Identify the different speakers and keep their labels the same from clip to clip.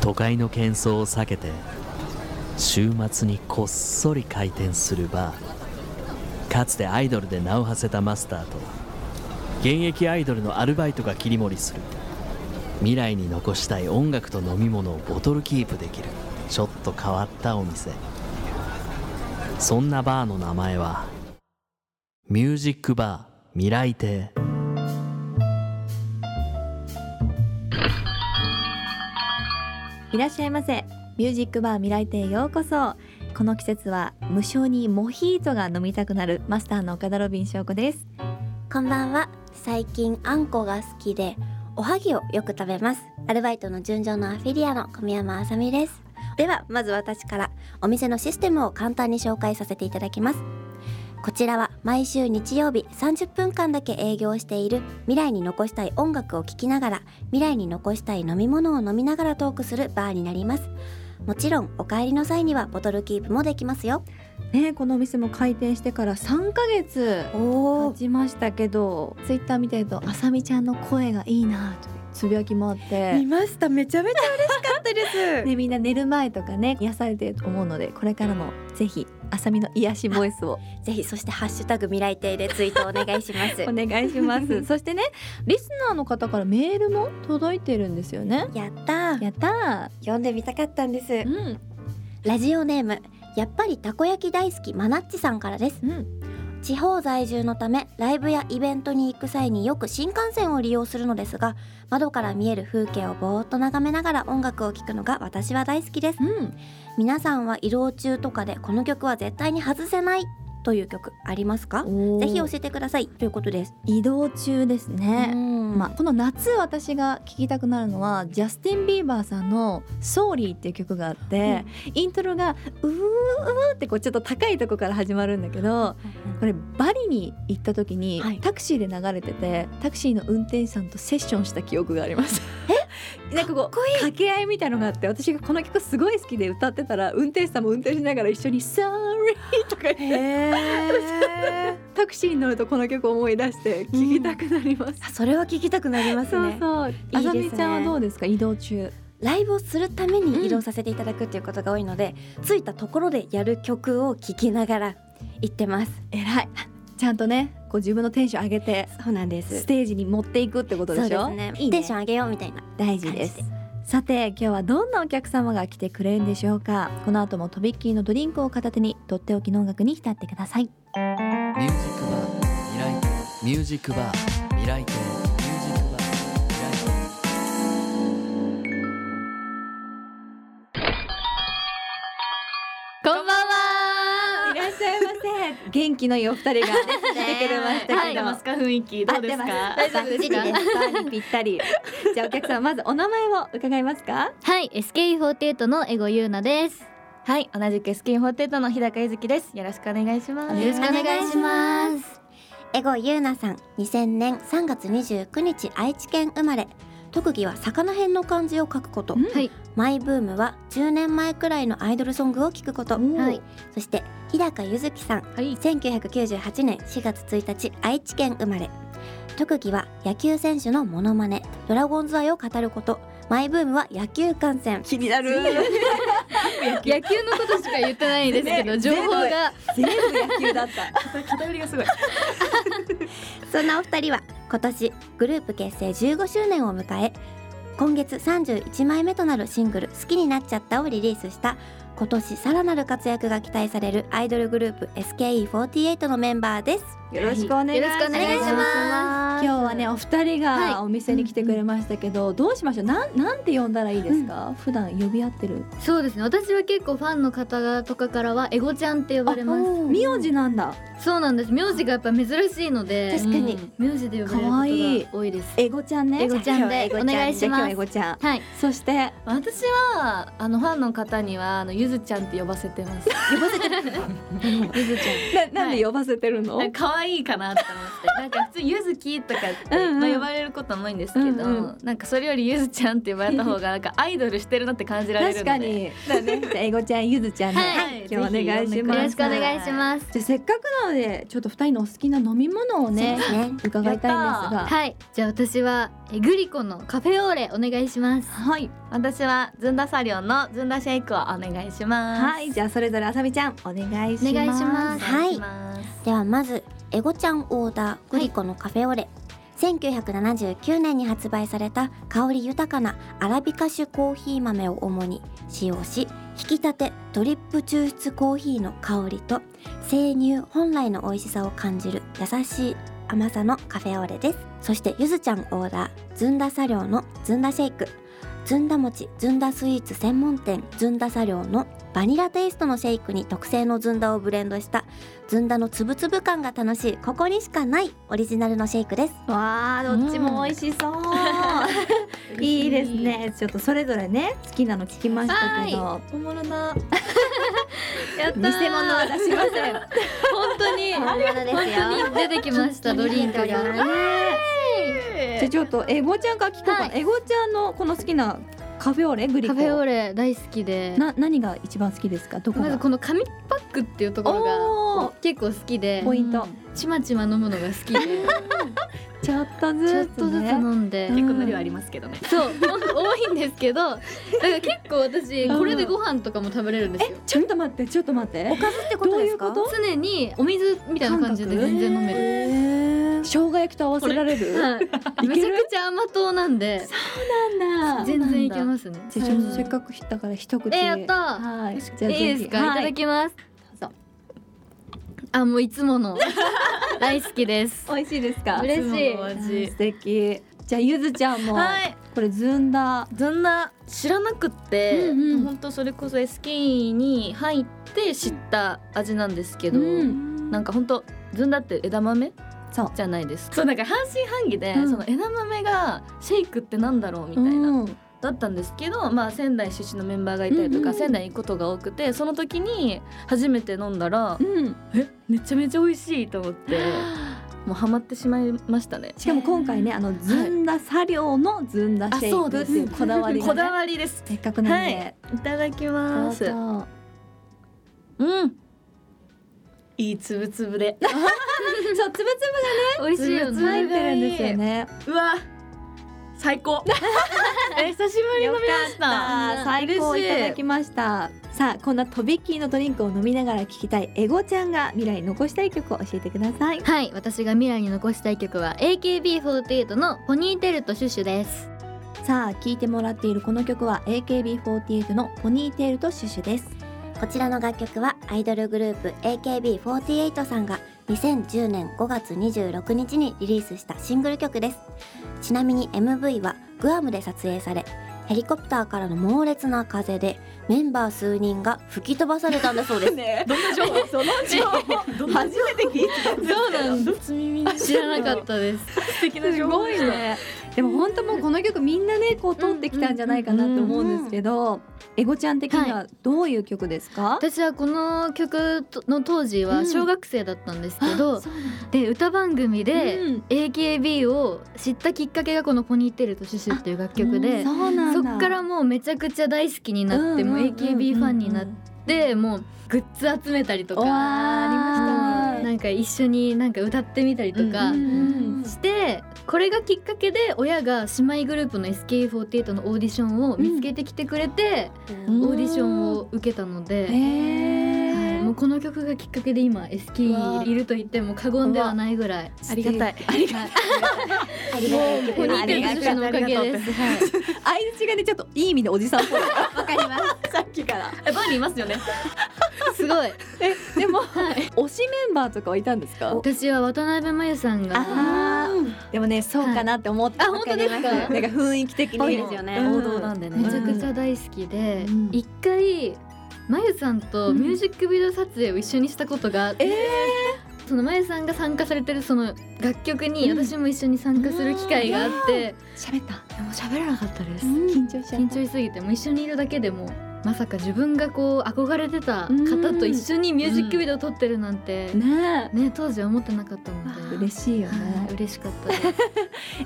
Speaker 1: 都会の喧騒を避けて週末にこっそり開店するバーかつてアイドルで名を馳せたマスターと現役アイドルのアルバイトが切り盛りする未来に残したい音楽と飲み物をボトルキープできるちょっと変わったお店そんなバーの名前はミュージックバー未来亭
Speaker 2: いらっしゃいませミュージックバー未来亭へようこそこの季節は無性にモヒートが飲みたくなるマスターの岡田ロビン翔子です
Speaker 3: こんばんは最近あんこが好きでおはぎをよく食べますアルバイトの純情のアフィリアの小宮山あさみですではまず私からお店のシステムを簡単に紹介させていただきますこちらは毎週日曜日30分間だけ営業している未来に残したい音楽を聴きながら未来に残したい飲み物を飲みながらトークするバーになりますもちろんお帰りの際にはボトルキープもできますよ
Speaker 2: ねこのお店も開店してから3ヶ月
Speaker 3: お
Speaker 2: 経ちましたけどツイッター見てるとあさみちゃんの声がいいなというつぶやきもあって
Speaker 3: 見ましためちゃめちゃ嬉しかったです、
Speaker 2: ねみんな寝る前とかね癒されてると思うのでこれからもぜひあさみの癒しボイスを
Speaker 3: ぜひそしてハッシュタグ未来亭でツイー トお願いします
Speaker 2: お願いします そしてねリスナーの方からメールも届いてるんですよね
Speaker 3: やったー
Speaker 2: やった
Speaker 3: 読んでみたかったんです
Speaker 2: ーうん
Speaker 3: ラジオネームやっぱりたこ焼き大好きマナッチさんからです
Speaker 2: うん
Speaker 3: 地方在住のためライブやイベントに行く際によく新幹線を利用するのですが窓から見える風景をぼーっと眺めながら音楽を聴くのが私は大好きです
Speaker 2: うん
Speaker 3: 皆さんは移動中とかでこの曲は絶対に外せないという曲ありますか
Speaker 2: おー
Speaker 3: ぜひ教えてくださいということです
Speaker 2: 移動中ですね、まあ、この夏私が聴きたくなるのはジャスティン・ビーバーさんの「ソーリーっていう曲があって、イントロが「うーうー」ってこうちょっと高いとこから始まるんだけどこれバリに行った時に
Speaker 3: はい
Speaker 2: タクシーで流れててタクシーの運転手さんとセッションした記憶があります。え なんかこう掛け合いみたいのがあって私がこの曲すごい好きで歌ってたら運転手さんも運転しながら一緒に「ソーリーとか言って
Speaker 3: へ
Speaker 2: タクシーに乗るとこの曲を思い出して聴きたくなります。
Speaker 3: それは聞きたくなりますね
Speaker 2: そう
Speaker 3: ね
Speaker 2: あざみちゃんはどうですか移動中。
Speaker 3: ライブをするため
Speaker 2: うん
Speaker 3: に移動させていただくっていうことが多いので、着いたところでやる曲を聴きながら行ってます
Speaker 2: えらい。ちゃんとね、こう自分のテンション上げて
Speaker 3: そうなんで
Speaker 2: ステージに持っていくってことでしょ。
Speaker 3: そうですね
Speaker 2: いい
Speaker 3: テンション上げようみたいな
Speaker 2: 大事です
Speaker 3: 感じ。
Speaker 2: さて今日はどんなお客様が来てくれるんでしょうかこの後もとびっきりのドリンクを片手にとっておきの音楽に浸ってください
Speaker 1: ミュージックバー未来亭ミュージックバー未来亭ミュージックバー未来亭
Speaker 2: こんばんはいらっしゃいませ元気のいいお二 人が来てくれましたけど、
Speaker 4: 合ってますか雰囲気どうですか
Speaker 2: 合ってます大丈夫ですか
Speaker 4: バッチリで
Speaker 2: バッチリぴったりじゃあお客様まずお名前を伺いますか
Speaker 4: はい SK48 のエゴユーナですはい同じく SK48 の日高ゆずきですよろしくお願いします
Speaker 2: よろしくお願いします
Speaker 3: エゴゆうなさん2000年3月29日愛知県生まれ特技は魚編の漢字を書くこと
Speaker 2: うん
Speaker 4: はい
Speaker 3: マイブームは10年前くらいのアイドルソングを聴くこと
Speaker 4: はい
Speaker 3: そして日高ゆずきさん
Speaker 4: はい
Speaker 3: 1998年4月1日愛知県生まれ特技は野球選手のモノマネドラゴンズ愛を語ることマイブームは野球観戦
Speaker 2: 気になる
Speaker 4: 野球のことしか言ってないですけど、
Speaker 2: ね
Speaker 4: 情報が
Speaker 2: 全部野球だった
Speaker 4: 偏りがすごい
Speaker 3: そんなお二人は今年グループ結成15周年を迎え今月31枚目となるシングル「好きになっちゃった」をリリースした今年さらなる活躍が期待されるアイドルグループ SKE48 のメンバーです
Speaker 2: よろしくお願いし
Speaker 4: よろしくお願いし
Speaker 2: ます
Speaker 4: ます
Speaker 2: 今日はねお二人
Speaker 4: はい
Speaker 2: がお店に来てくれましたけど、どうしましょうなんなんて呼んだらいいですか、普段呼び合ってる
Speaker 4: そうですね私は結構ファンの方々とかからはエゴちゃんって呼ばれます
Speaker 2: 名字なんだ
Speaker 4: そうなんです名字がやっぱ珍しいので
Speaker 3: 確かに
Speaker 4: うん名字で呼ばれる
Speaker 2: 可愛い
Speaker 4: ことが多いです
Speaker 2: エゴちゃんね
Speaker 4: エゴちゃんで
Speaker 2: じあ今日エゴちゃん
Speaker 4: お願いします
Speaker 2: じゃあ今日エゴちゃん
Speaker 4: はい
Speaker 2: そして
Speaker 5: 私はあのファンの方にはあのゆずちゃんって呼ばせてます。
Speaker 2: ななんで呼ばせてるの、
Speaker 5: なんか可愛いかなって思って、なんか普通ゆずきって
Speaker 4: とかって、
Speaker 2: うんうん
Speaker 4: まあ、呼ばれることも多いんですけど、
Speaker 2: うんう
Speaker 4: なんかそれよりゆずちゃんって呼ばれた方がなんかアイドルしてるなって感じられるので
Speaker 2: 確かに。だ ね。じゃあ英語ちゃん、ゆずちゃんで、
Speaker 4: はい
Speaker 2: はい今日お願いしま
Speaker 4: よ
Speaker 2: す。
Speaker 4: ろしくお願いします
Speaker 2: じゃあせっかくなのでちょっと二人のお好きな飲み物をね
Speaker 3: そうですね
Speaker 2: 伺いたいんですが、
Speaker 4: はいじゃあ私はえグリコのカフェオーレお願いします
Speaker 2: はい
Speaker 6: 私はずんだサリオンのずんだシェイクをお願いします。
Speaker 2: はいじゃあそれぞれあさみちゃんお願いします。
Speaker 4: お願いします
Speaker 3: はい
Speaker 6: ます
Speaker 3: ではまずエゴちゃんオーダーグリコのカフェオレ、1979年に発売された香り豊かなアラビカ種コーヒー豆を主に使用し引き立てドリップ抽出コーヒーの香りと生乳本来の美味しさを感じる優しい甘さのカフェオレですそしてゆずちゃんオーダーずんだ茶寮のずんだシェイクずんだ餅ずんだスイーツ専門店ずんだ茶寮のバニラテイストのシェイクに特製のずんだをブレンドしたずんだのつぶつぶ感が楽しいここにしかないオリジナルのシェイクです
Speaker 2: わあどっちも美味しそう。いいですね。ちょっとそれぞれね好きなの聞きましたけど、
Speaker 6: 本物だ。
Speaker 4: やっ
Speaker 2: 偽物は出しません。
Speaker 4: 本当 に
Speaker 3: 本物ですよ
Speaker 4: 本当に出てきましたドリンクが
Speaker 2: じゃあちょっとエゴちゃんから聞こうかな。エゴちゃんのこの好きなカフェオレグリコ。
Speaker 4: カフェオ
Speaker 2: レ。
Speaker 4: レ大好きで
Speaker 2: な何が一番好きですか。どこ
Speaker 4: まず
Speaker 2: が
Speaker 4: この紙パックっていうところ
Speaker 2: お
Speaker 4: が結構好きで
Speaker 2: ポイント。
Speaker 4: ちまちま飲むのが好きで
Speaker 2: ちょっと
Speaker 4: ちょ
Speaker 2: ず
Speaker 4: っ
Speaker 2: つ
Speaker 4: とずつ
Speaker 2: ね。
Speaker 4: 飲んで
Speaker 6: 結構無理はありますけどね。
Speaker 4: そうほんと多いんですけどだから結構私これでご飯とかも食べれるんですよ
Speaker 2: ちょっと待ってちょっと待って。
Speaker 3: かずって
Speaker 2: どういうこと？
Speaker 4: 常にお水みたいな感じで全然飲める
Speaker 2: る。生姜焼きと合わせられる。
Speaker 4: はい
Speaker 2: い
Speaker 4: めち
Speaker 2: け
Speaker 4: ゃ
Speaker 2: る
Speaker 4: くちゃ甘党なんで
Speaker 2: なんだ
Speaker 4: 全然いけますね
Speaker 2: じゃあちょっとせっかくひだから一口。
Speaker 4: えーやった
Speaker 2: はい。じゃあぜひ
Speaker 4: いいですかい
Speaker 2: は
Speaker 4: ただきます
Speaker 2: どうぞ
Speaker 4: あもういつ もの大好きです
Speaker 2: 美味しいですか。
Speaker 4: 嬉しい
Speaker 6: いつもの味
Speaker 2: 素敵。じゃあゆずちゃんも、
Speaker 6: はい。
Speaker 2: これずんだ。
Speaker 6: ずんだ知らなくっ
Speaker 2: う
Speaker 6: て、ほ
Speaker 2: んうん
Speaker 6: んとそれこそ SK に入って知った味なんですけど、
Speaker 2: うん
Speaker 6: なんかほんとずんだって枝豆
Speaker 2: そう
Speaker 6: じゃないですかそうなんか半信半疑で、
Speaker 2: うん
Speaker 6: その枝豆がシェイクってなんだろうみたいな、
Speaker 2: うん
Speaker 6: だったんですけど、まあ、仙台出身のメンバーがいたりと
Speaker 2: うんう
Speaker 6: か、
Speaker 2: ん
Speaker 6: 仙台行くことが多くてその時に初めて飲んだら、
Speaker 2: うん。
Speaker 6: えめちゃめちゃ美味しいと思って もうハマってしまいましたね。
Speaker 2: しかも今回ねあのずんだ作量のずんだシ
Speaker 6: あそ
Speaker 2: ェイ
Speaker 6: う
Speaker 2: ク
Speaker 6: で
Speaker 2: って
Speaker 6: す
Speaker 2: いうこだわり
Speaker 6: こ
Speaker 2: がね
Speaker 6: だわりです。
Speaker 2: せっかくなん
Speaker 6: は
Speaker 2: で。
Speaker 6: いただき
Speaker 2: ど
Speaker 6: ま
Speaker 2: う
Speaker 6: す。
Speaker 2: ぞ
Speaker 6: うん。いいつぶつぶ で。
Speaker 2: そうつぶつぶ
Speaker 4: 美味しいよ
Speaker 6: つぶつぶ
Speaker 4: ね
Speaker 2: 入ってるんですよね。
Speaker 6: うわ。最高。 え久しぶりに飲みました。
Speaker 2: あー最高い
Speaker 6: 嬉した
Speaker 2: だきました。さあこんなとびっきりのドリンクを飲みながら聞きたいエゴちゃんが未来に残したい曲を教えてください。
Speaker 4: はい私が未来に残したい曲は AKB48 のポニーテールとシュシュです
Speaker 2: さあ聴いてもらっているこの曲は AKB48 のポニーテールとシュシュです。
Speaker 3: こちらの楽曲はアイドルグループ AKB48 さんが2010年5月26日にリリースしたシングル曲ですちなみに MV はグアムで撮影されヘリコプターからの猛烈な風でメンバー数人が吹き飛ばされたんだそう です
Speaker 6: どんな情報？その情報。初めて聞いた。そうなんだ。初耳に
Speaker 4: 知らなかったです
Speaker 6: 素敵な
Speaker 2: す
Speaker 6: 情報
Speaker 2: ごいね。でも本当もうこの曲みんなねこう通ってきたんじゃないかなと思うんですけど、エゴちゃん的にはどういう曲ですか？
Speaker 4: 私はこの曲との当時
Speaker 2: う
Speaker 4: は
Speaker 2: ん
Speaker 4: 小学生だったんですけ
Speaker 2: あ
Speaker 4: ど、
Speaker 2: そうなんだ
Speaker 4: で歌番組で
Speaker 2: うん
Speaker 4: AKB を知ったきっかけがこの「ポニーテールとシュシュ」っていう楽曲で
Speaker 2: そ。うなん
Speaker 4: そ
Speaker 2: だ。
Speaker 4: っからもうめちゃくちゃ大好きになって、もう AKB ファンになってもうグッズ集めたりとか
Speaker 2: わあありましたね
Speaker 4: なんか一緒になんか歌ってみたりとか
Speaker 2: うんうん
Speaker 4: して、これがきっかけで親が姉妹グループの SKE48 のオーディションを見つけてきてくれて、
Speaker 2: うん
Speaker 4: オーディションを受けたの
Speaker 2: へ
Speaker 4: で、
Speaker 2: え
Speaker 4: はい もうこの曲がきっかけで今 SKE いると言っても過言ではないぐらい
Speaker 6: ありがたい。
Speaker 4: ありが
Speaker 3: ありがたい曲
Speaker 4: ポニーテールとシュシュのおかげ
Speaker 6: ありがとうあり
Speaker 4: で
Speaker 6: が
Speaker 4: す。はい
Speaker 2: 相槌がねちょっといい意味でおじさんっぽい。 わかります。さっきから。
Speaker 6: えバーにいます よね。
Speaker 4: すごい。
Speaker 2: えでも、推しメンバーとかはいたんですか？
Speaker 4: 私は渡辺真由さんが。
Speaker 2: あーでもねそうかなって思って、
Speaker 4: はいあ本当です
Speaker 2: な
Speaker 4: か
Speaker 2: んか雰囲気的に
Speaker 3: ぽいですよね
Speaker 6: 王道なんでね。
Speaker 4: めちゃくちゃ大好きで
Speaker 2: うん、
Speaker 4: 一、回。まゆさんとミュージックビデオ撮影を一緒にしたことがあって、そのまゆさんが参加されてるその楽曲に
Speaker 2: うん
Speaker 4: 私も一緒に参加する機会があって、
Speaker 2: 喋った
Speaker 4: でも喋らなかったです、
Speaker 2: 緊張しちゃった
Speaker 4: 緊張しすぎてもう一緒にいるだけでもまさか自分がこう憧れてた方と一緒にミュージックビデオを撮ってるなんて、
Speaker 2: ね
Speaker 4: ね当時は思ってなかったの
Speaker 2: え
Speaker 4: で
Speaker 2: 嬉しいよ
Speaker 4: は
Speaker 2: ね
Speaker 4: い。嬉しかっ たです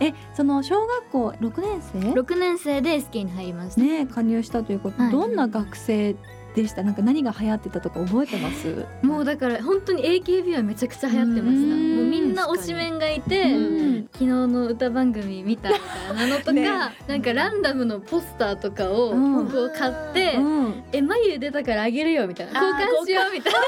Speaker 2: えその小学校六年生
Speaker 4: 6年生で SK に入りました、
Speaker 2: ね加入したということ、
Speaker 4: はい
Speaker 2: どんな学生でしたなんか何が流行ってたとか覚えてます
Speaker 4: もうだから本当に AKB はめちゃくちゃ流行ってました
Speaker 2: うん
Speaker 4: もうみんな推しメンがいて、
Speaker 2: うん
Speaker 4: 昨日の歌番組見たみたいなのとか、
Speaker 2: ね
Speaker 4: なんかランダムのポスターとかを
Speaker 2: うん
Speaker 4: 僕を買って「
Speaker 2: うん
Speaker 4: え眉出たからあげるよ」みたいな
Speaker 5: あー
Speaker 4: 交換しようみたいな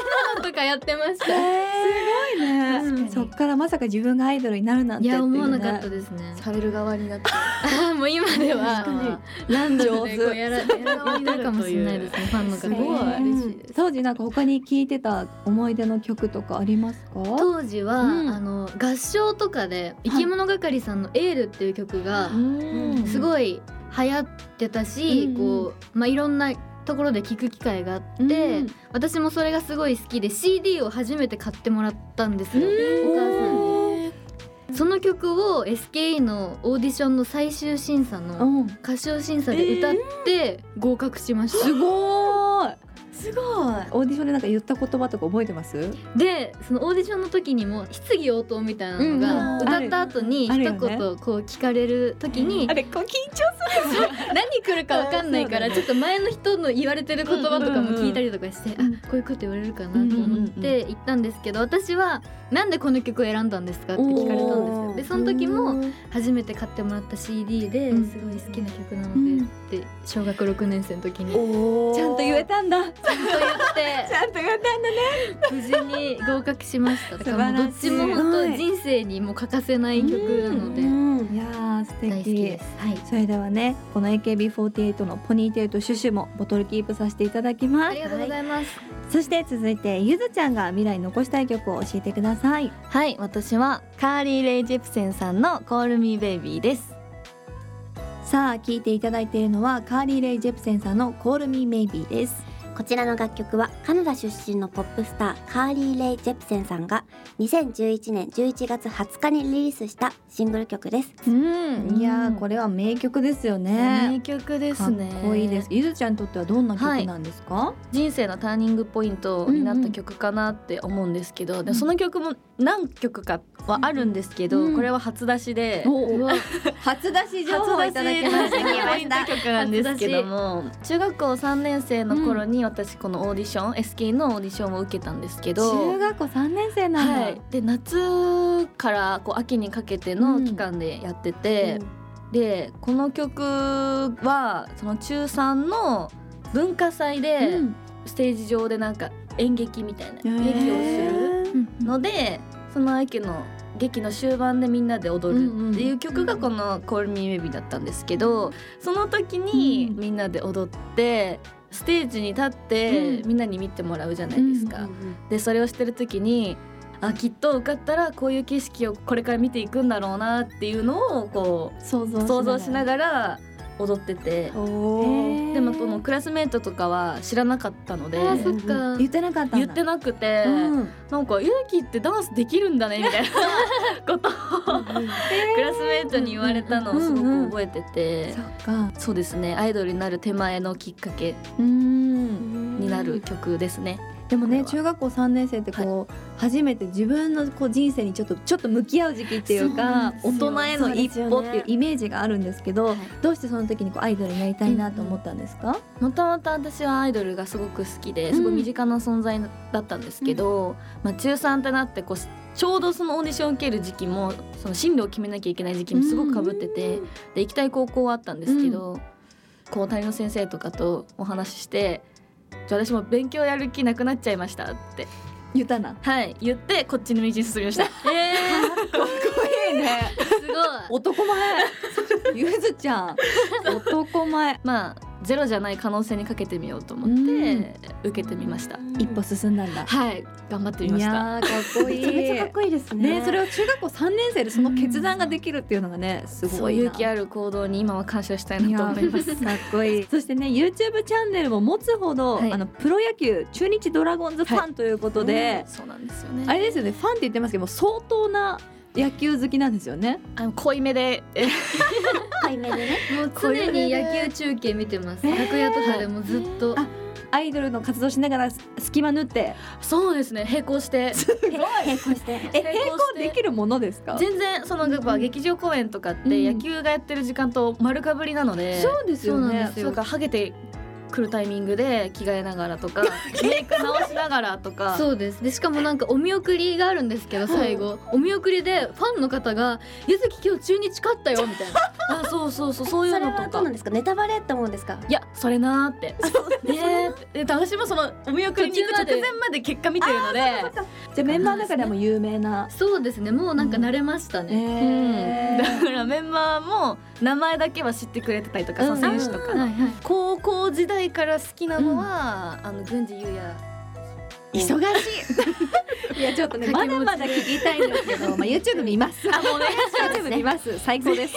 Speaker 4: のとかやってました。
Speaker 2: すごいね
Speaker 5: 確かに
Speaker 2: そっからまさか自分がアイドルになるなん
Speaker 4: い
Speaker 2: てって
Speaker 4: や
Speaker 2: うね
Speaker 4: 思わなかったです ね。
Speaker 5: される側になって
Speaker 4: あー もう今で
Speaker 5: 確
Speaker 4: は
Speaker 5: か
Speaker 4: ランダムでこ
Speaker 2: 上
Speaker 4: う
Speaker 2: 手
Speaker 4: やらやられるかもしれないですね。ファンの方
Speaker 5: すごい
Speaker 4: 嬉しいです。
Speaker 2: 当時なんか他に聴いてた思い出の曲とかありますか
Speaker 4: 当時は、
Speaker 2: うん
Speaker 4: あの合唱とかで生き物係さんの「エール」っていう曲が
Speaker 2: うん
Speaker 4: すごい流行ってたし、
Speaker 2: うん
Speaker 4: こうまあいろんなところで聞く機会があって、
Speaker 2: うん
Speaker 4: 私もそれがすごい好きで CD を初めて買ってもらったんですよ、お母さんにその曲を SKE のオーディションの最終審査の
Speaker 2: うん
Speaker 4: 歌唱審査で歌って合格しました、
Speaker 2: すごーい
Speaker 5: すごい
Speaker 2: オーディションでなんか言った言葉とか覚えてます
Speaker 4: でそのオーディションの時にも質疑応答みたいなのが、
Speaker 5: うん
Speaker 2: うんあ
Speaker 4: 歌った後に
Speaker 2: あ
Speaker 4: 一
Speaker 2: るよ
Speaker 4: 言
Speaker 2: ね
Speaker 4: こう聞かれる時に
Speaker 2: れこう緊
Speaker 4: 何来るかわかんないからちょっと前の人の言われてる言葉とかも聞いたりとかして、
Speaker 2: うんうんうん
Speaker 4: あこういうこと言われるかなと思って行ったんですけど私は「なんでこの曲を選んだんですか?」って聞かれたんです
Speaker 5: お
Speaker 4: よ。
Speaker 5: ー
Speaker 4: でその時も初めて買ってもらった CD で
Speaker 2: うん
Speaker 4: すごい好きな曲なの
Speaker 2: うん
Speaker 4: でって小学6年生の時にと
Speaker 5: お
Speaker 2: ちゃんと言えたんだ
Speaker 4: 言っ
Speaker 2: ゃ
Speaker 4: て
Speaker 2: んと言えたんだね
Speaker 4: 無事に合格しました。だからもうどっちも
Speaker 2: 素晴らしい
Speaker 4: 本当人生にもう欠かせない曲なので
Speaker 5: うん
Speaker 2: いやー素敵
Speaker 4: 大好きです。はい。
Speaker 2: それではねこの AKB48 のポニーテールとシュシュもボトルキープさせていただきま
Speaker 4: あ
Speaker 2: す
Speaker 4: りがとうございます。
Speaker 2: そして続いてゆずちゃんが未来に残したい曲を教えてください
Speaker 6: はい私はカーリー・レイ・ジェプセンさんの「コール・ミー・ベイビー」です
Speaker 2: さあ聞いていただいているのはカーリー・レイ・ジェプセンさんの「コール・ミー・メイビー」です
Speaker 3: こちらの楽曲はカナダ出身のポップスターカーリー・レイ・ジェプセンさんが2011年11月20日にリリースしたシングル曲です
Speaker 6: うん
Speaker 2: いやーこれは名曲ですよ
Speaker 6: 名
Speaker 2: ね
Speaker 6: 曲で
Speaker 2: か
Speaker 6: す
Speaker 2: っ
Speaker 6: ね
Speaker 2: こいいですゆずちゃんにとってはどんな曲
Speaker 6: はい
Speaker 2: なんですか、
Speaker 6: 人生のターニングポイントになった曲かなって思うんですけど、でその曲も何曲かはあるんですけど、
Speaker 2: うん
Speaker 6: これは初出し で、
Speaker 2: お初出し情報をいただきました
Speaker 6: 初出しのポイント曲なんですけども中学校3年生の頃に私このオーディション、SK のオーディションを受けたんですけど
Speaker 2: 中学校3年生なんだ、
Speaker 6: はい、で夏からこう秋にかけての期間でやってて、でこの曲はその中3の文化祭で
Speaker 2: うん
Speaker 6: ステージ上でなんか演劇みたいな
Speaker 2: へー
Speaker 6: 劇をす
Speaker 4: うん
Speaker 6: るのでその秋の劇の終盤でみんなで踊るっていう曲がこの「Call Me Maybe」だったんですけどその時に
Speaker 2: うん
Speaker 6: みんなで踊ってステージに立ってみんなに見てもらうじゃないですか。でそれをしてる時にあきっと受かったらこういう景色をこれから見ていくんだろうなっていうのをこ
Speaker 2: 想像
Speaker 6: う想像しな
Speaker 2: が
Speaker 6: がら踊ってて
Speaker 2: らへー
Speaker 6: でもこのクラスメートとかは知らなかったので
Speaker 4: あーそっか。
Speaker 2: 言ってなかったんだ
Speaker 6: 言ってなくて、
Speaker 2: うん
Speaker 6: なんか「ゆうきってダンスできるんだね」みたいなことをクラスメートに言われたのをすごく覚えてて
Speaker 2: そ。っか
Speaker 6: そうですねアイドルになる手前のきっかけ
Speaker 2: うん
Speaker 6: になる曲ですね。
Speaker 2: でもね
Speaker 6: これ
Speaker 2: 中学校3年生ってこう、初めて自分のこう人生にちょっとちょっと向き合う時期っていうか大人への一歩っていうイメージがあるんですけど
Speaker 6: はい
Speaker 2: どうしてその時にこうアイドルになりたいなと思ったんですか、
Speaker 6: もともと私はアイドルがすごく好きで
Speaker 2: うん
Speaker 6: すごい身近な存在だったんですけど、まあ、中3ってなってこうちょうどそのオーディションを受ける時期もその進路を決めなきゃいけない時期もすごくかぶってて、で行きたい高校はあったんですけど、こう担任の先生とかとお話しして「じゃあ私も勉強やる気なくなっちゃいました」って、
Speaker 2: 言ったな
Speaker 6: はい、言ってこっちの道に進み ました。え
Speaker 4: すごい。
Speaker 2: 男 前ゆずちゃん男前
Speaker 6: まあゼロじゃない可能性にかけてみようと思って受けてみました。
Speaker 2: 一歩進んだんだ
Speaker 6: はい頑張ってみま
Speaker 2: い
Speaker 6: した。
Speaker 2: やーかっこいい
Speaker 5: こいいです
Speaker 2: ねそれを中学校3年生でその決断ができるっていうのがねす
Speaker 6: そ
Speaker 2: ご
Speaker 6: う
Speaker 2: いな
Speaker 6: 勇気ある行動に今は感謝したい
Speaker 2: い
Speaker 6: な
Speaker 2: や
Speaker 6: と
Speaker 2: か
Speaker 6: 思います。
Speaker 2: っこいい そしてね YouTube チャンネルも持つほど、
Speaker 6: はい
Speaker 2: あのプロ野球中日ドラゴンズファンということで、
Speaker 6: そうなんですよね。
Speaker 2: あれですよねファンって言ってますけども相当な野球好きなんですよね。
Speaker 6: あの濃いめでえ
Speaker 3: 濃いめでね。
Speaker 4: もう常に野球中継見てます楽屋とかでもずっと
Speaker 2: あアイドルの活動しながら隙間縫って。
Speaker 6: そうですね並行して
Speaker 3: 並行して。
Speaker 2: え、
Speaker 6: 並
Speaker 2: 並
Speaker 6: 行して
Speaker 2: 行できるものですか。
Speaker 6: 全然そのやっぱ劇場公演とかって
Speaker 2: うん
Speaker 6: 野球がやってる時間と丸かぶりなので、
Speaker 2: うです
Speaker 4: よねそうなんです
Speaker 6: そうかハゲてくるタイミングで着替えながらとかメイク直しながらとか
Speaker 4: そうですでしかもなんかお見送りがあるんですけど最後お見送りでファンの方が「柚月今日中日勝ったよ」みたいな
Speaker 6: あそうそうそうそういう
Speaker 3: それ
Speaker 6: の
Speaker 3: は
Speaker 6: と
Speaker 3: どうなん
Speaker 6: か
Speaker 3: ですか。ネタバレって思うんですか。
Speaker 6: いやそれなーってねえで私もそのお見送りに行く
Speaker 4: 途中まで
Speaker 6: 直前まで結果見てるので
Speaker 2: じゃあメンバーの中でも有名な。
Speaker 4: そうですねもうなんか慣れました
Speaker 2: え
Speaker 4: ね、
Speaker 6: うん、だからメンバーも名前だけは知ってくれてたりとか、その選手とか、
Speaker 4: はいはい
Speaker 6: 高校時代から好きなのは、あの郡司優也
Speaker 2: 忙しい。いやちょっとねまだまだ聞きたいんですけど、まあ YouTube 見ます。あもうね YouTube 見ます。最高 です。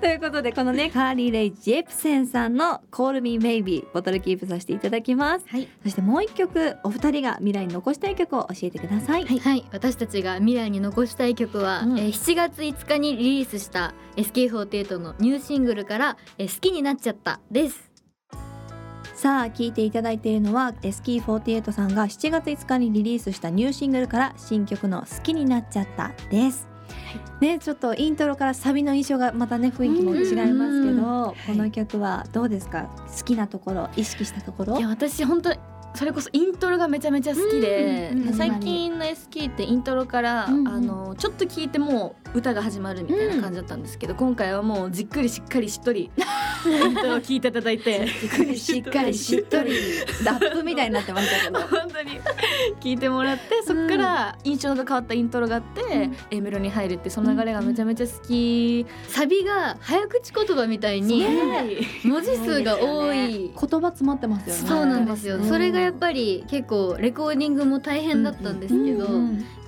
Speaker 2: ということでこのねカーリーレイジエプセンさんの Call Me Maybe ボトルキープさせていただきます。
Speaker 4: はい
Speaker 2: そしてもう一曲お二人が未来に残したい曲を教えてください。
Speaker 4: はい、私たちが未来に残したい曲は、
Speaker 2: うん
Speaker 4: えー7月5日にリリースした SK48 のニューシングルから「えー好きになっちゃった」です。
Speaker 2: さあ聞いていただいているのは SK48 さんが7月5日にリリースしたニューシングルから新曲の「好きになっちゃった」です。ね、ちょっとイントロからサビの印象がまたね雰囲気も違いますけ
Speaker 4: うん
Speaker 2: ど、この曲はどうですか好きなところ意識したところ
Speaker 6: いや私本当にそれこそイントロがめちゃめちゃ好きで、
Speaker 4: うんうんうん
Speaker 6: 最近の SK ってイントロから、
Speaker 4: うんうん
Speaker 6: あのちょっと聞いてもう歌が始まるみたいな感じだったんですけど、今回はもうじっくりしっかりしっと りイントロを聞いていただいて
Speaker 2: じっくりしっかりしっとりラップみたいになってましたけど
Speaker 6: 本当に聞いてもらってそこから印象が変わったイントロがあって、A メロに入るってその流れがめちゃめちゃ好き、
Speaker 4: サビが早口言葉みたいに文字数が多い。
Speaker 2: 言葉詰まってますよね
Speaker 4: そうなんですよ、それがやっぱり結構レコーディングも大変だったんですけど、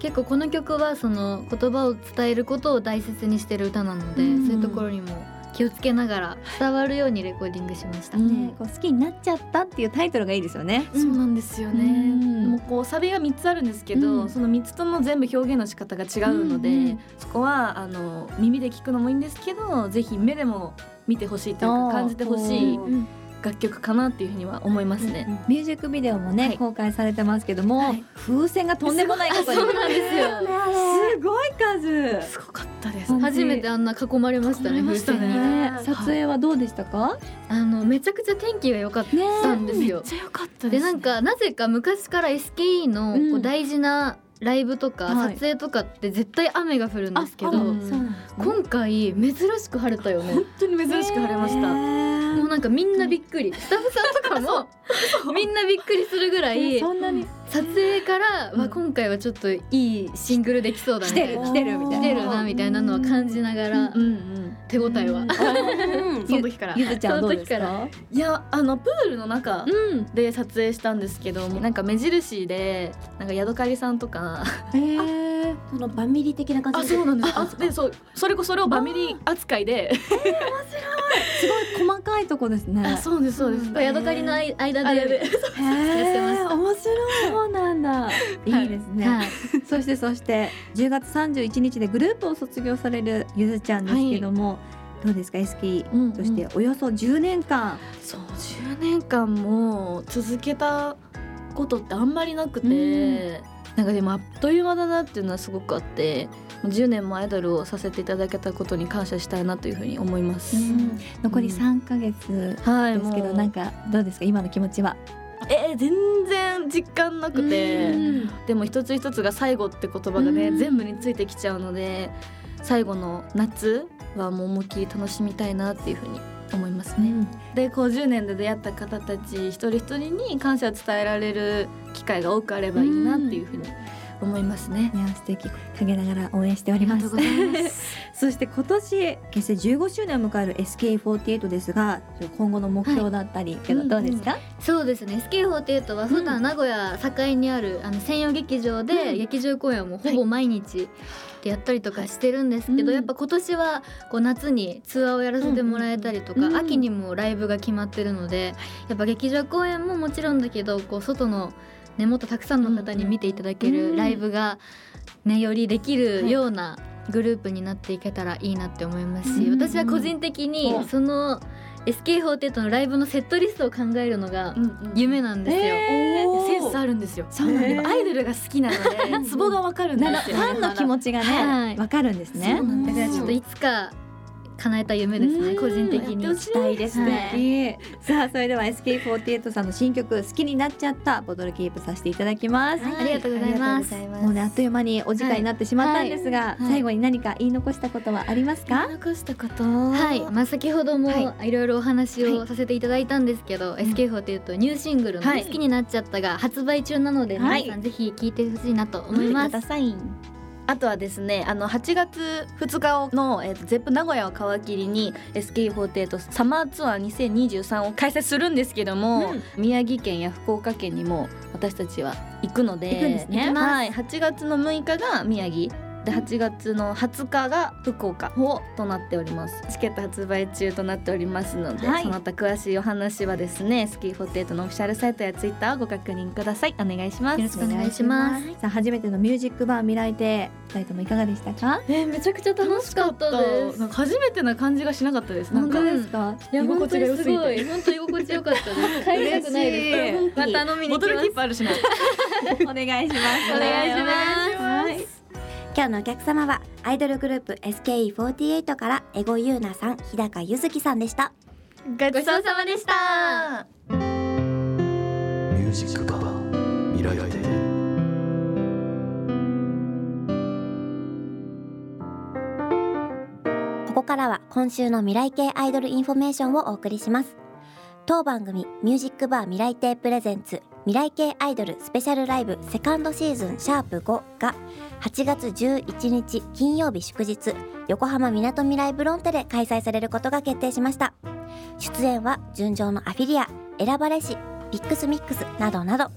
Speaker 4: 結構この曲はその言葉を伝えることを大切にしてる歌なので、
Speaker 2: うん
Speaker 4: そういうところにも気をつけながら伝わるようにレコーディングしました。
Speaker 2: ねこう好きになっちゃったっていうタイトルがいいですよね
Speaker 6: そうなんですよね、
Speaker 2: うん
Speaker 6: もうこうサビが3つあるんですけど、
Speaker 2: うん
Speaker 6: その3つとも全部表現の仕方が違うので、
Speaker 2: うんうん
Speaker 6: そこはあの耳で聞くのもいいんですけどぜひ目でも見てほしいという
Speaker 2: あー
Speaker 6: か感じてほしい
Speaker 3: お
Speaker 2: ー
Speaker 6: 楽曲かなっていうふうには思いますね。
Speaker 2: ミュージックビデオもね、
Speaker 6: はい
Speaker 2: 公開されてますけども、
Speaker 6: はい
Speaker 2: 風船がとんでもないことに
Speaker 4: そうなんですよ
Speaker 2: すごい数
Speaker 6: すごかったです
Speaker 2: うん
Speaker 4: 初めてあんな囲まれましたね
Speaker 6: 囲まれま
Speaker 4: 風
Speaker 6: したね
Speaker 4: 船に。
Speaker 2: ね撮影はどうでしたか、
Speaker 4: あのめちゃくちゃ天気が良かったんですよ。
Speaker 6: ゃ良かった
Speaker 4: でなんかなぜか昔から SKE の
Speaker 2: うん
Speaker 4: こう大事なライブとか
Speaker 2: はい
Speaker 4: 撮影とかって絶対雨が降るんですけど、
Speaker 6: あうん
Speaker 2: そうなんですね
Speaker 4: 今回珍しく晴れ たよね
Speaker 6: 本。当に珍しく晴れました。
Speaker 4: もうなんかみんなびっくりスタッフさんと かもみんなびっくりするぐらい
Speaker 2: そんなに
Speaker 4: 撮影から
Speaker 2: う
Speaker 4: は
Speaker 2: ん
Speaker 4: 今回はちょっといいシングルできそうだ
Speaker 2: 来
Speaker 4: ね
Speaker 2: てる来てるみたいな
Speaker 4: 来てるなみたいなのは感じながら
Speaker 6: うんうん、
Speaker 4: 手応えは。
Speaker 3: うん
Speaker 6: その時から
Speaker 2: ゆずちゃんどうです
Speaker 4: そ
Speaker 2: か
Speaker 6: いやあのプールの中
Speaker 2: うん
Speaker 6: で撮影したんですけどなんか目印でなんかヤドカリさんとか
Speaker 2: へー
Speaker 3: そのバミリ的な感じ。
Speaker 6: うなんですあでそうそれこそれをバミリ扱いです
Speaker 2: ごい細かいとこですね
Speaker 6: あそうです そうです、
Speaker 4: これヤドカリの間で
Speaker 2: へ
Speaker 4: やってまし
Speaker 2: ー
Speaker 4: た
Speaker 2: 面白いそうなんだいいですね、
Speaker 4: はい
Speaker 2: そしてそして10月31日でグループを卒業されるゆずちゃんですけども、どうですか SKE
Speaker 6: うんうん
Speaker 2: としておよそ10年間、
Speaker 6: そう10年間も続けたことってあんまりなくて、
Speaker 2: うん
Speaker 6: なんかでもあっという間だなっていうのはすごくあってもう10年もアイドルをさせていただけたことに感謝したいなというふうに思います、
Speaker 2: うん残り3ヶ月
Speaker 6: はい
Speaker 2: ですけど、
Speaker 6: もう
Speaker 2: なんかどうですか今の気持ちは
Speaker 6: えー全然実感なくて、
Speaker 2: うん
Speaker 6: でも一つ一つが最後って言葉がね、
Speaker 2: うん
Speaker 6: 全部についてきちゃうので最後の夏はもう思いっきり楽しみたいなっていうふうに思いますね。でこう10年で出会った方たち一人一人に感謝を伝えられる機会が多くあればいいなっていうふうに思いますね。
Speaker 2: いや素敵陰ながら応援しております
Speaker 6: ありがとうございます
Speaker 2: そして今年結成15周年を迎える SK48 ですが今後の目標だったりけど、
Speaker 6: はい
Speaker 2: どうですか、
Speaker 4: そうですね SK48 は普
Speaker 2: う
Speaker 4: 段名古屋境にあるあの専用劇場
Speaker 2: う
Speaker 4: で
Speaker 2: ん
Speaker 4: 劇場公演をもうほぼ毎日でやったりとかしてるんですけど、
Speaker 2: うん
Speaker 4: やっぱ今年はこう夏にツアーをやらせてもらえたりとか、
Speaker 2: うんうん
Speaker 4: 秋にもライブが決まってるので、やっぱ劇場公演ももちろんだけどこう外のね、もっとたくさんの方に見ていただけるライブが、ね、よりできるようなグループになっていけたらいいなって思いますし、
Speaker 2: うん
Speaker 4: 私は個人的にその SK48 のライブのセットリストを考えるのが夢なんですよ。
Speaker 6: センスあるんですよ。
Speaker 2: そうなんだ
Speaker 6: やっぱアイドルが好きなので、ツボがわかるんで
Speaker 2: なる
Speaker 6: す
Speaker 2: フ
Speaker 6: よ。
Speaker 2: ァンの気持ちが
Speaker 4: は
Speaker 2: ね
Speaker 4: い
Speaker 2: わかるんですね
Speaker 6: そうなん
Speaker 4: だからちょっといつか叶えた夢ですね、個人的に。
Speaker 2: 期待ですね、さあそれでは SK48 さんの新曲「好きになっちゃった」ボトルキープさせていただきます、
Speaker 4: ありがとうございます。
Speaker 2: もうねあっという間にお時間になってしまったんですが、
Speaker 4: いはい
Speaker 2: 最後に何か言い残したことはありますか、
Speaker 6: 残したこと。
Speaker 4: はい、まあ、先ほどもいろいろお話をさせていただいたんですけど、SK48 ニューシングルの
Speaker 6: は
Speaker 4: 「
Speaker 6: い
Speaker 4: 好きになっちゃった」が発売中なので、
Speaker 2: はい
Speaker 4: 皆さんぜひ聞いてほしいなと思います。
Speaker 6: あとはですねあの8月2日の、えー、ゼップ名古屋を皮切りに SK48 サマーツアー2023を開催するんですけども、宮城県や福岡県にも私たちは行くので
Speaker 2: 行くんですね
Speaker 6: はい、8月の6日が宮城で8月の20日が福岡となっておりますチケット発売中となっておりますので、
Speaker 2: はい。
Speaker 6: その他詳しいお話はですね SK48 のオフィシャルサイトやツイッターをご確認くださいお願いします
Speaker 4: よろしくお願いします
Speaker 2: さあ初めてのミュージックバー未来亭二人ともいかがでしたか？
Speaker 6: えーめちゃくちゃ楽しかった
Speaker 4: 楽しかったで
Speaker 6: ですす。なんか初めてな感じがしなかったです。なんか
Speaker 4: 本当
Speaker 2: ですか？
Speaker 4: いや
Speaker 6: 居心地が良すぎて
Speaker 4: 本当にすごい本当に居心地よかったです。帰りたくないです。また飲みに
Speaker 6: ボ
Speaker 4: 行
Speaker 6: ト
Speaker 4: き
Speaker 6: ル
Speaker 4: ま
Speaker 6: キ
Speaker 4: す
Speaker 6: ー。プある しな。
Speaker 2: お願いします。
Speaker 4: お願いします。
Speaker 3: 今日のお客様はアイドルグループ SKE48 からエゴユーナさん日高ゆずきさんでした
Speaker 4: ごちそうさまでした。
Speaker 7: ミュージックカバー未来亭
Speaker 3: ここからは今週の未来系アイドルインフォメーションをお送りします当番組ミュージックバー未来亭プレゼンツ未来系アイドルスペシャルライブセカンドシーズンシャープ5が8月11日金曜日祝日横浜みなとみらいブロンテで開催されることが決定しました出演は純情のアフィリア選ばれしピックスミックスなどなど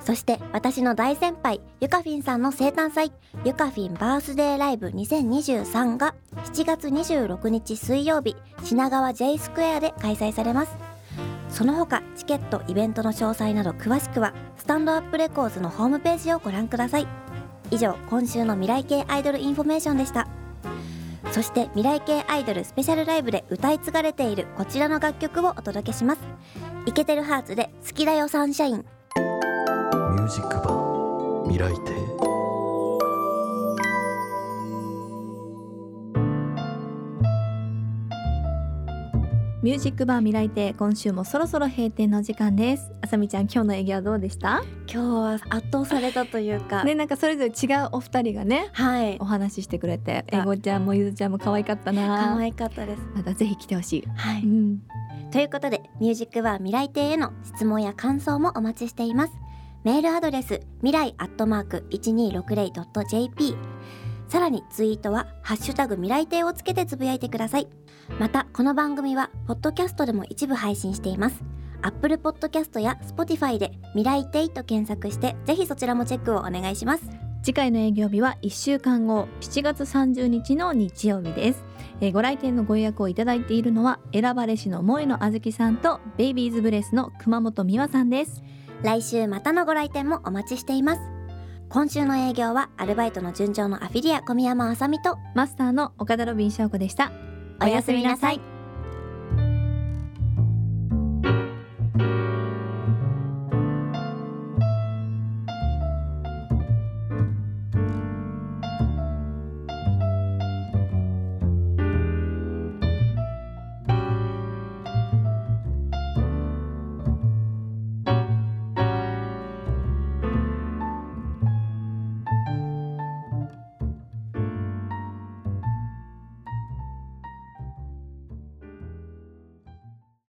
Speaker 3: そして私の大先輩ゆかフィンさんの生誕祭ゆかフィンバースデーライブ2023が7月26日水曜日品川 J スクエアで開催されますその他チケットイベントの詳細など詳しくはスタンドアップレコーズのホームページをご覧ください以上今週の未来系アイドルインフォメーションでしたそして未来系アイドルスペシャルライブで歌い継がれているこちらの楽曲をお届けしますイケてるハーツで好きだよサンシャイン
Speaker 7: ミュージックバー未来亭
Speaker 2: ミュージックバー未来亭今週もそろそろ閉店の時間です。あさみちゃん今日の営業はどうでした？
Speaker 3: 今日は圧倒されたというか
Speaker 2: ねなんかそれぞれ違うお二人がね
Speaker 3: はい
Speaker 2: お話ししてくれて、えごちゃんもゆずちゃんも可愛かったな。
Speaker 3: 愛かったです
Speaker 2: またぜひ来てほしい。
Speaker 3: は
Speaker 2: う
Speaker 3: い、
Speaker 2: ん。
Speaker 3: ということで「ミュージックは未来亭」への質問や感想もお待ちしていますメールアドレス未来アットマーク 1260.jp さらにツイートは「ハッシュタグ未来亭」をつけてつぶやいてくださいまたこの番組はポッドキャストでも一部配信していますアップルポッドキャストや Spotify で「未来亭」と検索してぜひそちらもチェックをお願いします
Speaker 2: 次回の営業日は1週間後7月30日の日曜日です、えーご来店のご予約をいただいているのは選ばれしの萌えのあずきさんとベイビーズブレスの熊本美和さんです
Speaker 3: 来週またのご来店もお待ちしています今週の営業はアルバイトの順調のアフィリア小宮山あさみと
Speaker 2: マスターの岡田ロビン翔子でした
Speaker 3: おやすみなさい